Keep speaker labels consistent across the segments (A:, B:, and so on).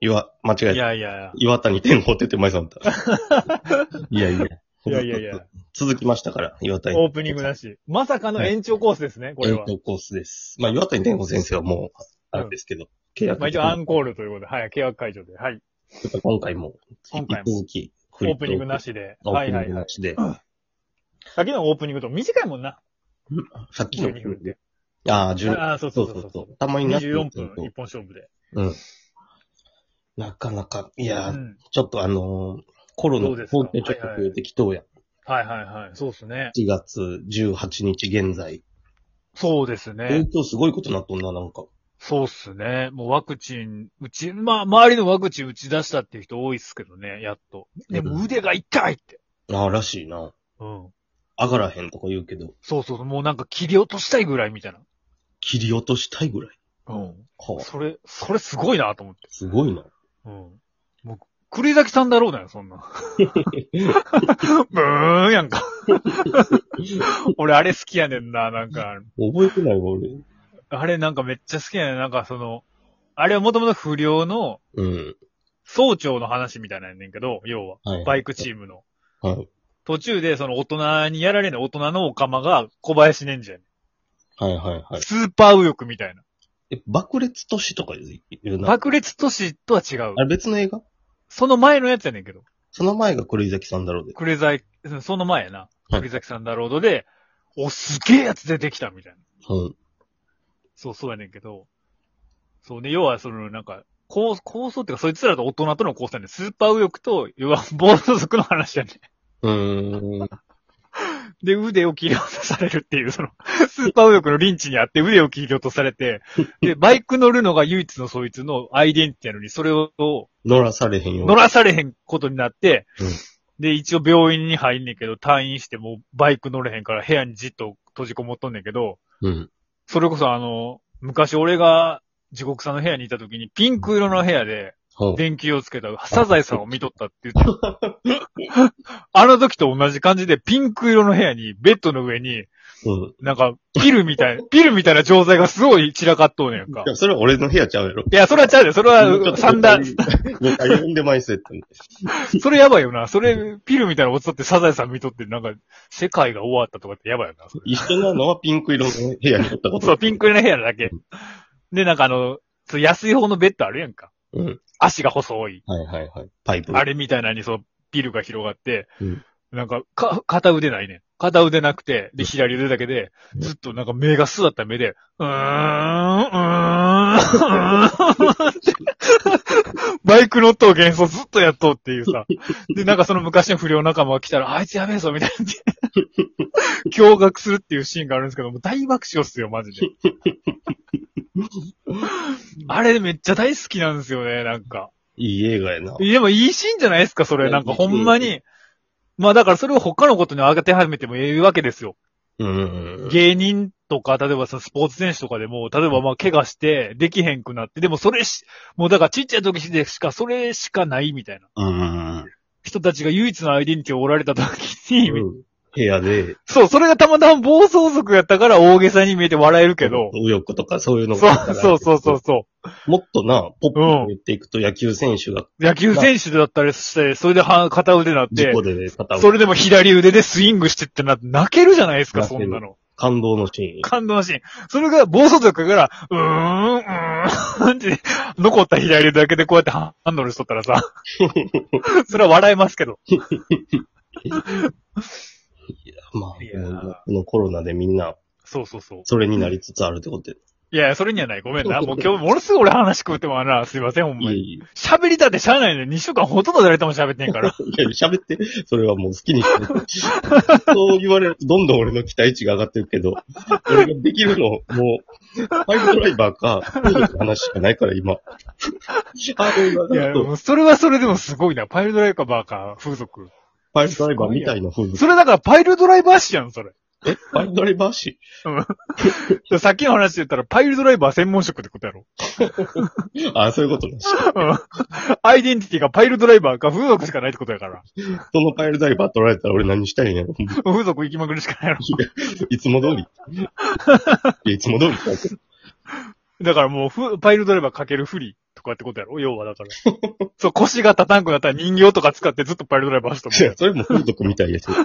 A: 岩、間違え
B: い
A: た。
B: やいや。
A: 岩谷天宝って言って前さんだった。 いやいや。
B: いやいや いや。
A: 続きましたから、岩谷。
B: オープニングなし。まさかの延長コースですね、これ
A: 延
B: は。
A: 長コースです。まあ、岩谷天宝先生はもう、あれですけど、契約
B: まあ一応アンコールということで、はい、契約解除で。はい。
A: 今回も、
B: 今
A: 引
B: 回
A: き
B: も
A: 続き、
B: オープニングな
A: し。
B: しで。
A: オ
B: は
A: ー
B: い
A: プニ
B: は
A: ン
B: い
A: グ
B: はい
A: な。しで、
B: 先のオープニングと短いもんな。
A: さっきの
B: 12分で。
A: ああ、10、
B: ああ、そうそ
A: そうう
B: そ
A: そうう
B: そ
A: そうう。たまになってる
B: 24
A: けど
B: 分、一本勝負で。
A: うん。なかなか、いうやー、
B: ん。
A: ちょっとあのーコロナ
B: どうですか
A: 本当にちょっと増えてきとうや。
B: はいはいはい。そうですね。
A: 1月18日現在。
B: そうですね。
A: 東京すごいことになっとんな、なんか。
B: そうっすね。もうワクチン、うち、まあ、周りのワクチン打ち出したっていう人多いっすけどね、やっと。でも腕が痛いって。
A: ああ、らしいな。
B: うん。
A: 上がらへんとか言うけど、
B: そうそうそう、もうなんか切り落としたいぐらいみたいな。
A: 切り落としたいぐらい。
B: うん。
A: はあ、
B: それ、それすごいなと思って。
A: すごいな。
B: うん。もう、栗崎さんだろうなよ、そ んな。ブーンやんか。俺あれ好きやねんな、なんか。
A: 覚えてないわ、俺。
B: あれなんかめっちゃ好きやねん、なんかその、あれはもともと不良の
A: うん。
B: 総長の話みたいなんやねんけど、要は。
A: はい。
B: バイクチームの。
A: はい。
B: 途中でその大人にやられない大人のオカマが小林忍者やね
A: はい、はい、は
B: ん。
A: い。
B: スーパー右翼みたいな。
A: え、爆裂都市とか言うな。
B: 爆裂都市とは違う
A: あ。れ別の映画
B: その前のやつやねんけど。
A: その前が黒井崎さんだろうで。
B: クレザイ、その前やな。
A: はい
B: クレザキさんだロードで、お、すげえやつ出てきたみたいな。
A: うん。
B: そう、そうやねんけど。そうね、要はその、なんか、構構想っていうか、そいつらと大人との構想やねんスーパー右翼と、要は、暴走族の話やね
A: うーん。
B: ん。で、腕を切り落とされるっていう、その、スーパー右翼のリンチにあって腕を切り落とされて、で、バイク乗るのが唯一のそいつのアイデンティティなのに、それを
A: 乗らされへんよ。
B: 乗らされへんことになって、
A: うん
B: で、一応病院に入んねんけど、退院してもうバイク乗れへんから部屋にじっと閉じこもっとんねんけど、
A: うん。
B: それこそあの、昔俺が地獄さんの部屋にいた時にピンク色の部屋で
A: ほう
B: 電球をつけたサザエさんを見とったって言って た。あの時と同じ感じでピンク色の部屋にベッドの上に
A: うん。
B: なんかピルみたいな、ピルみたいな錠剤がすごい散らかっとうねんか
A: い。や、それは俺の部屋ちゃうやろ。
B: いや、それはちゃうで、それは散弾、
A: 誤解呼んでまいせって。
B: それやばいよな。それ、ピルみたいなおっさんってサザエさん見とって、なんか、世界が終わったとかってやばいよな。それ
A: 一緒なのはピンク色の部屋におったこと。
B: そう、ピンクの部屋だけ。で、なんかあの、そう安い方のベッドあるやんか。
A: うん。
B: 足が細い。
A: はいはいはい。パイプ。
B: あれみたいなのに、そう、ピルが広がって、
A: うん
B: なんか、か、片腕ないねん。片腕なくて、で、左腕だけで、
A: うん
B: ずっとなんか目がすだった目で、うー ん、うーん、うーんって、バイクの音を幻想ずっとやっとうっていうさ。で、なんかその昔の不良仲間が来たら、あいつやべえぞ、みたいな。驚愕するっていうシーンがあるんですけど、もう大爆笑っすよ、マジ で。あれめっちゃ大好きなんですよね、なんか。
A: いい映画やな。
B: でもいいシーンじゃないですか、そ
A: い
B: れ。
A: や
B: なんか
A: いいシー
B: ほ
A: ン
B: んまに。まあだからそれを他のことに当てはめてもいいわけですよ。
A: うんうんうん。
B: 芸人とか、例えばそのスポーツ選手とかでも、例えばまあ怪我して、できへんくなって、でもそれし、もうだからちっちゃい時でしか、それしかないみたいな。
A: うんうん
B: 人たちが唯一のアイデンティティをおられた時に、
A: うん。部屋で。
B: そう、それがたまたま暴走族やったから大げさに見えて笑えるけど、
A: 右翼とかそういうの
B: そ
A: が
B: うそうそうそうそ
A: もっとな、ポップに言っていくと野球選手が
B: う。野球選手だったりして、それでは片腕なっ
A: 事
B: て
A: 故、で肩
B: そ
A: を、
B: れでも左腕でスイングしてってな、泣けるじゃないですか、
A: 泣け
B: そ
A: る
B: んなの。
A: 感動のシーン。
B: 感動のシーン。それが、暴走族から、うーん、うーん、って、残った左腕だけでこうやってハンドルしとっ たらさ、それは笑えますけど。
A: ま
B: いやー
A: あ、このコロナでみんな、
B: そうそうそう。
A: それになりつつあるってことで。
B: いやいや、それにはない。ごめんな。 もう今日、ものすごい俺話食うてもな、すいません、ほんま
A: い
B: に。
A: い
B: 喋りたってしゃあないのに、2週間ほとんど誰とも喋って んから。
A: いや、喋って、それはもう好きにして。そう言われると、どんどん俺の期待値が上がってるけど、俺ができるの、もう、ファイブドライバーか、フォードの話しかないから、今。ハードルが上が
B: いや、
A: ると
B: もうそれはそれでもすごいな。パイルドライバーか、風
A: フ
B: 俗。
A: ァイブドライバーみたいな風俗。
B: それだからパイルドライバー誌やん、それ。
A: えファイブドライバー誌
B: さっきの話で言ったら、パイルドライバー専門職ってことやろ。
A: あ、そういうことね。
B: うんアイデンティティがパイルドライバーか風俗しかないってことやから。
A: そのファイブドライバー取られたら俺何したいん やろ。
B: 風俗行きまくるしかないの。
A: いつも 通り。いやいつも通り。
B: だからもうフ、パイルドライバーかけるフリーってとかってことやろ要はだから。そう、腰が立たんくなったら人形とか使ってずっとパイルドライバーしと
A: い
B: 思
A: や、それも風俗みたいですよ。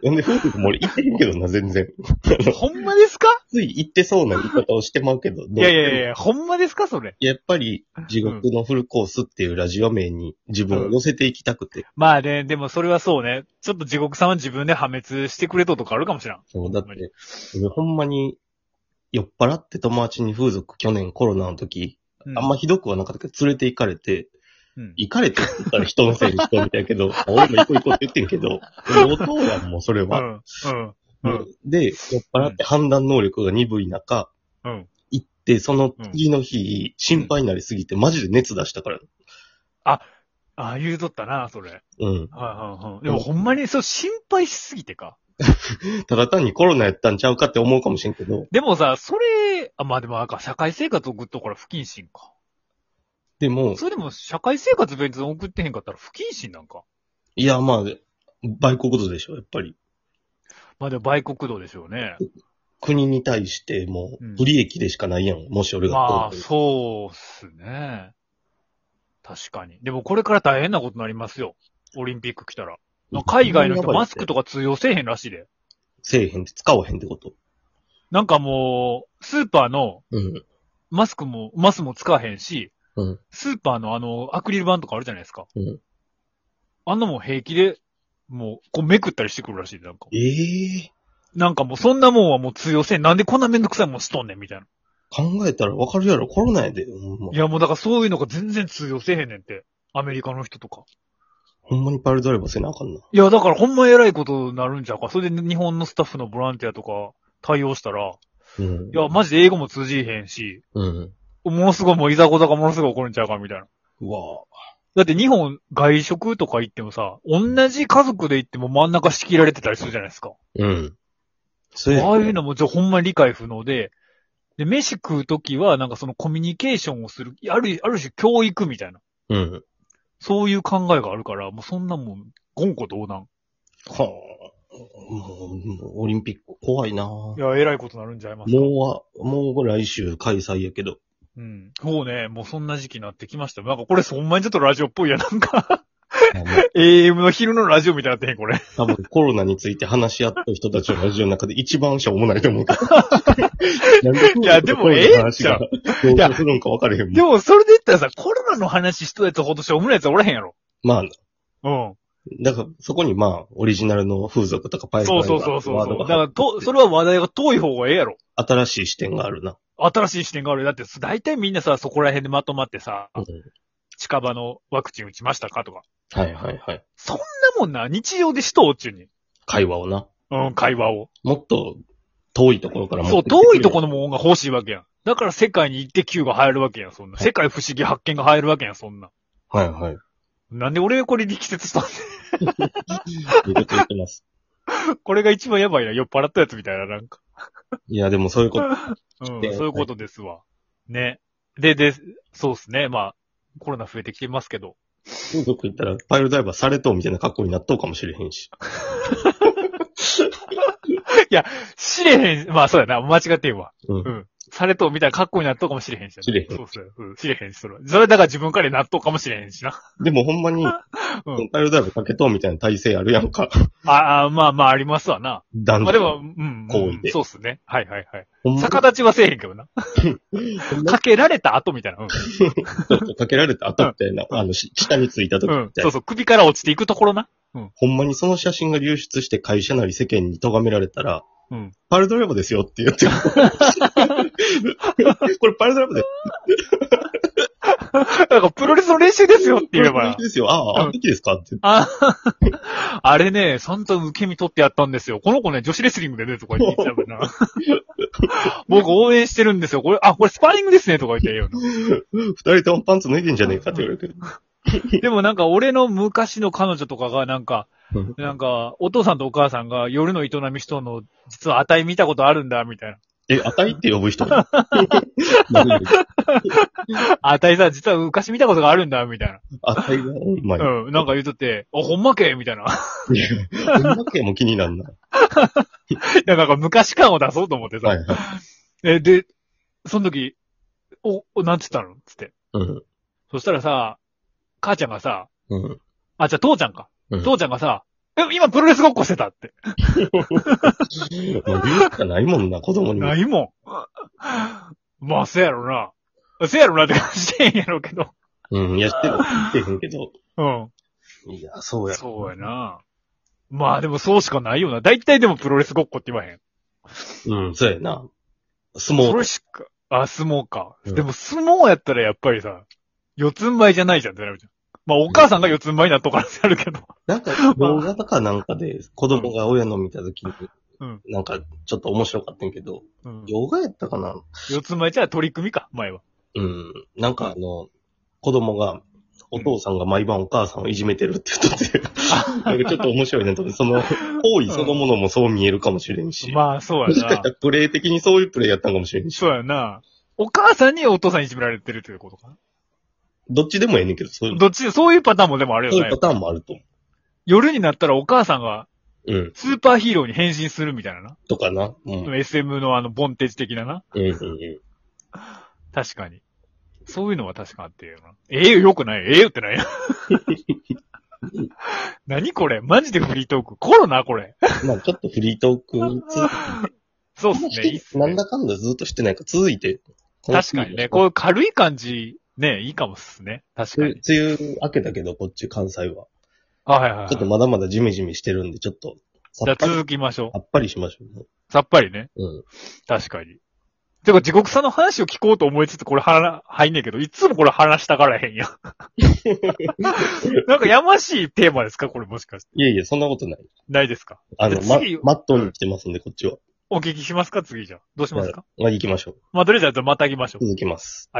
A: ほんで、風俗も俺行ってるけどな、全然。
B: う。ほんまですか
A: つい行ってそうな言い方をしてまうけど。
B: いやいやい
A: や。
B: や、ほんまですかそれ。
A: やっぱり、地獄のフルコースっていうラジオ名に自分を寄せていきたくて。
B: まあね、でもそれはそうね。ちょっと地獄さんは自分で破滅してくれととかあるかもしれん。
A: そう、だって、俺ほんまに、酔っ払って友達に風俗去年コロナの時、
B: うん
A: あんまひどくはなかったけど、連れて行かれて、
B: うん
A: 行かれてって言ったら人のせいに人みたいやけ ど、あ俺も行こう行こうって言ってんけど、お父やんもうそれ
B: う
A: は。
B: ん。うん。うん。
A: で、酔っ払って判断能力が鈍い中、
B: うん。
A: 行って、その次の日、心配になりすぎて、マジで熱出したから。
B: ああ、言うとったな、それ。はい
A: うん。
B: はいはい。でもほんまに、そう、心配しすぎてか。
A: ただ単にコロナやったんちゃうかって思うかもしれんけど、
B: でもさ、それ、あ、まあでもあかん、社会生活送っとくから不謹慎か。
A: でも、
B: それでも、社会生活別に送ってへんかったら不謹慎なんか。
A: いや、まあ、売国度でしょ、やっぱり。
B: まあでも、売国道でしょうね。
A: 国に対しても
B: うん
A: う不利益でしかないやん。もし俺が
B: まあ、
A: 東京
B: そうっすね。確かに。でも、これから大変なことになりますよ。オリンピック来たら。まあ海外の人、マスクとか通用せえへんらしいで。
A: せえへんって使わへんってこと。
B: なんかもう、スーパーの、
A: うん。
B: マスクも、マスも使わへんし、
A: うん
B: スーパーのあの、アクリル板とかあるじゃないですか。
A: うん
B: あんなもん平気で、もう、こうめくったりしてくるらしい、なんか。
A: ええ
B: なんかもうそんなもんはもう通用せん。なんでこんなめんどくさいもんしとんねん、みたいな。
A: 考えたらわかるやろ。コロナやで。ほんま
B: いやもうだからそういうのが全然通用せえへんねんって。アメリカの人とか。
A: ほんまにパイルドライバーせなあかんな。
B: いや、だからほんま偉いことになるんちゃうか。それで日本のスタッフのボランティアとか対応したら、
A: うん。
B: いや、マジで英語も通じへんし、
A: うん。
B: ものすごいもういざこざがものすごい起こるんちゃうか、みたいな。
A: うわあ
B: だって日本外食とか行ってもさ、同じ家族で行っても真ん中仕切られてたりするじゃないですか。
A: うん。そうや
B: ああいうのもじゃあほんまに理解不能で、で、飯食うときはなんかそのコミュニケーションをする、ある、ある種教育みたいな、
A: うん。
B: そういう考えがあるから、もうそんなもん、言語道断。
A: はあ。もう、もうオリンピック怖いなも
B: いや、偉いことなるんじゃいま
A: う
B: すか。
A: は、もう来週開催やけど。
B: うん。そうね、もうそんな時期になってきましたよ。なんかこれほんまにちょっとラジオっぽいや、なんか、
A: あの
B: AM の昼のラジオみたいになってへん、これ。
A: 多分コロナについて話し合った人たちのラジオの中で一番しょうもないと思うけど。なん
B: いやでもええんちゃう
A: こういう話がどうするんか分かれへん
B: で
A: もん。
B: も、それで言ったらさ、コロナの話しとやつほどしょうもないやつはおらへんやろ。
A: まあ、
B: うん。
A: だからそこにまあ、オリジナルの風俗とかパイ
B: そう
A: ル
B: そう
A: と
B: そう
A: か
B: そう
A: ワ
B: そ
A: ー
B: う。
A: ド
B: だか
A: が
B: ら、と、それは話題が遠い方がええやろ。
A: 新しい視点があるな。
B: 新しい視点がある。だって、大体みんなさ、そこら辺でまとまってさ、
A: うん
B: 近場のワクチン打ちましたかとか。
A: はいはいはい。
B: そんなもんな、日常でしとうっちゅうに。
A: 会話をな。
B: うん、会話を。
A: もっと遠いところから
B: そう、遠いとこ
A: ろ。
B: のもんが欲しいわけやん。だから世界に行って Q が入るわけやん、そんな。世界不思議発見が入るわけやん、そんな。
A: はいはい。
B: なんで俺これ力説したん
A: いうこと言ってます。
B: これが一番やばいな、酔っ払ったやつみたいな、な んか。
A: いや、でもそういうこと。
B: うん、そう
A: で
B: いうことですわ。ね。で、で、そうっすね。まあ、コロナ増えてきてますけど。
A: 風俗行ったら、パイルドライバーされとうみたいな格好になっとうかもしれへんし。
B: 知れへん。まあそうやな。間違ってんわ。
A: うん
B: ん。されとうみたいな格好になっとうかもしれへんしな。
A: 知れへん
B: そうそう。うん。知れへんし、それは。それだから自分からなっとうかもしれへんしな。
A: でもほんまに、
B: うん
A: パイルドライバーかけとうみたいな体勢あるやんか。
B: ああ、まあまあありますわな。
A: 男女
B: まあでも、うん。
A: 行
B: うん
A: 為で
B: そうっすね。はいはいはい。
A: ほんまに
B: 逆立ちはせえへんけどな。
A: ほんま
B: かけられた後みたいな。うん
A: ちょっとかけられた後みたいな、
B: うん
A: あの、し下についた時
B: う
A: み
B: ん。
A: たい
B: そ
A: な、
B: うそう。首から落ちていくところな。
A: ほんまにその写真が流出して会社なり世間に咎められたら、
B: うん。
A: パルドライブですよって言 って。これパルドライブです。
B: なんかプロレスの練習ですよって言えばな
A: これ。ですよ。あ
B: う
A: あ、
B: ん
A: できですかって。
B: ああれね、ちゃんと受け身取ってやったんですよ。この子ね、女子レスリングでね、とか言って言っちゃうな。 僕応援してるんですよ。これ、あ、これスパーリングですね、とか言って言うの。
A: 二人ともパンツ脱いでんじゃねえかって言われて。
B: でもなんか俺の昔の彼女とかがなんか、なんか、お父さんとお母さんが夜の営みしとんの、実は値見たことあるんだ、みたい
A: え、値って呼ぶ人なんで
B: な。値さ、実は昔見たことがあるんだ、みたい
A: 値が、うまい。
B: な。うん、なんか言うとって、あ、ほんまけみたいな。
A: い や女系も気になんない。
B: いや、なんか昔感を出そうと思ってさ。
A: はいはい。
B: え、で、その時、お、お、なんつったのつって。
A: うん。
B: そしたらさ、母ちゃんがさ、
A: うん。
B: あ、じゃあ父ちゃんか。
A: うん
B: 父ちゃんがさ、え、今プロレスごっこしてたって。
A: もう言うしかないもんな、子供にも。
B: ないもん。 まあ、せやろな。せやろなって感じしてんやろうけど。
A: うん。いや、知ってる。言ってへんけど。
B: うん。
A: いや、そうや。
B: そうやな。まあでもそうしかないよな。大体でもプロレスごっこって言わへん。
A: うん、そうやな。相
B: そ
A: 撲。
B: れしか、あ、相撲か。
A: うん
B: でも相撲やったらやっぱりさ、四つん這いじゃないじゃんってなるじゃん。まあお母さんが四つん這いになっとからってなるけ ど。
A: なんか、動画とかなんかで、子供が親の見たときに
B: うん、
A: なんか、ちょっと面白かったんやけど、
B: うん
A: 動画やったかな
B: 四つん這いじゃあ取り組みか、前は。
A: うん。なんかあの、子供が、お父さんが毎晩お母さんをいじめてるって言っとって、なんかちょっと面白いなと思って、その、行為そのものもそう見えるかもしれんし、
B: まあそう
A: もし
B: や
A: か した
B: な。
A: らプレイ的にそういうプレイやったんかもしれんし
B: そ、うやな。お母さんにお父さんいじめられてるということかな。
A: どっちでもええねんけど、そういう、
B: どっち、そういうパターンもでもある
A: そう
B: よ
A: いう
B: ね
A: パ。ターンもあると思
B: 夜になったらお母さんが
A: う。うん。
B: スーパーヒーローに変身するみたいなな。
A: とかな。うん。
B: SM のあの、ボンテージ的なな。
A: うん、うん、うん。
B: 確かに。そういうのは確かあっていうな。ええよ、よくない。ええよってない。 何これマジでフリートーク。コロナこれ。
A: まあちょっとフリートークつ、
B: そうっすね。いいっす
A: なん
B: ね。
A: だかんだずっとしてないから、続いて、
B: 確かにね。こういう軽い感じ、ね、いいかもっすね。確か
A: 梅
B: に。
A: 雨明けだけど、こっち関西は。
B: あ、はいはいはい。
A: ちょっとまだまだジメジメしてるんで、ちょっと、さ
B: じゃ
A: っ
B: あ
A: ぱり、
B: 続きましょ
A: さっぱりしましょうね。
B: う。さっぱりね。
A: うん。
B: 確かに。てか、地獄さんの話を聞こうと思いつつ、これはら、入んねんけど、いつもこれ話したからへん やん。なんかやましいテーマですかこれもしかして。
A: いえいえ、そんなことない。
B: ないですか
A: あの、
B: で
A: ま
B: 次、
A: マットに来てますんで、こっちは。
B: お聞きしますか次じゃあ。どうしますか
A: まあ、行きましょう。
B: まあ、とりあえずじゃあまたぎましょう。
A: 続きます。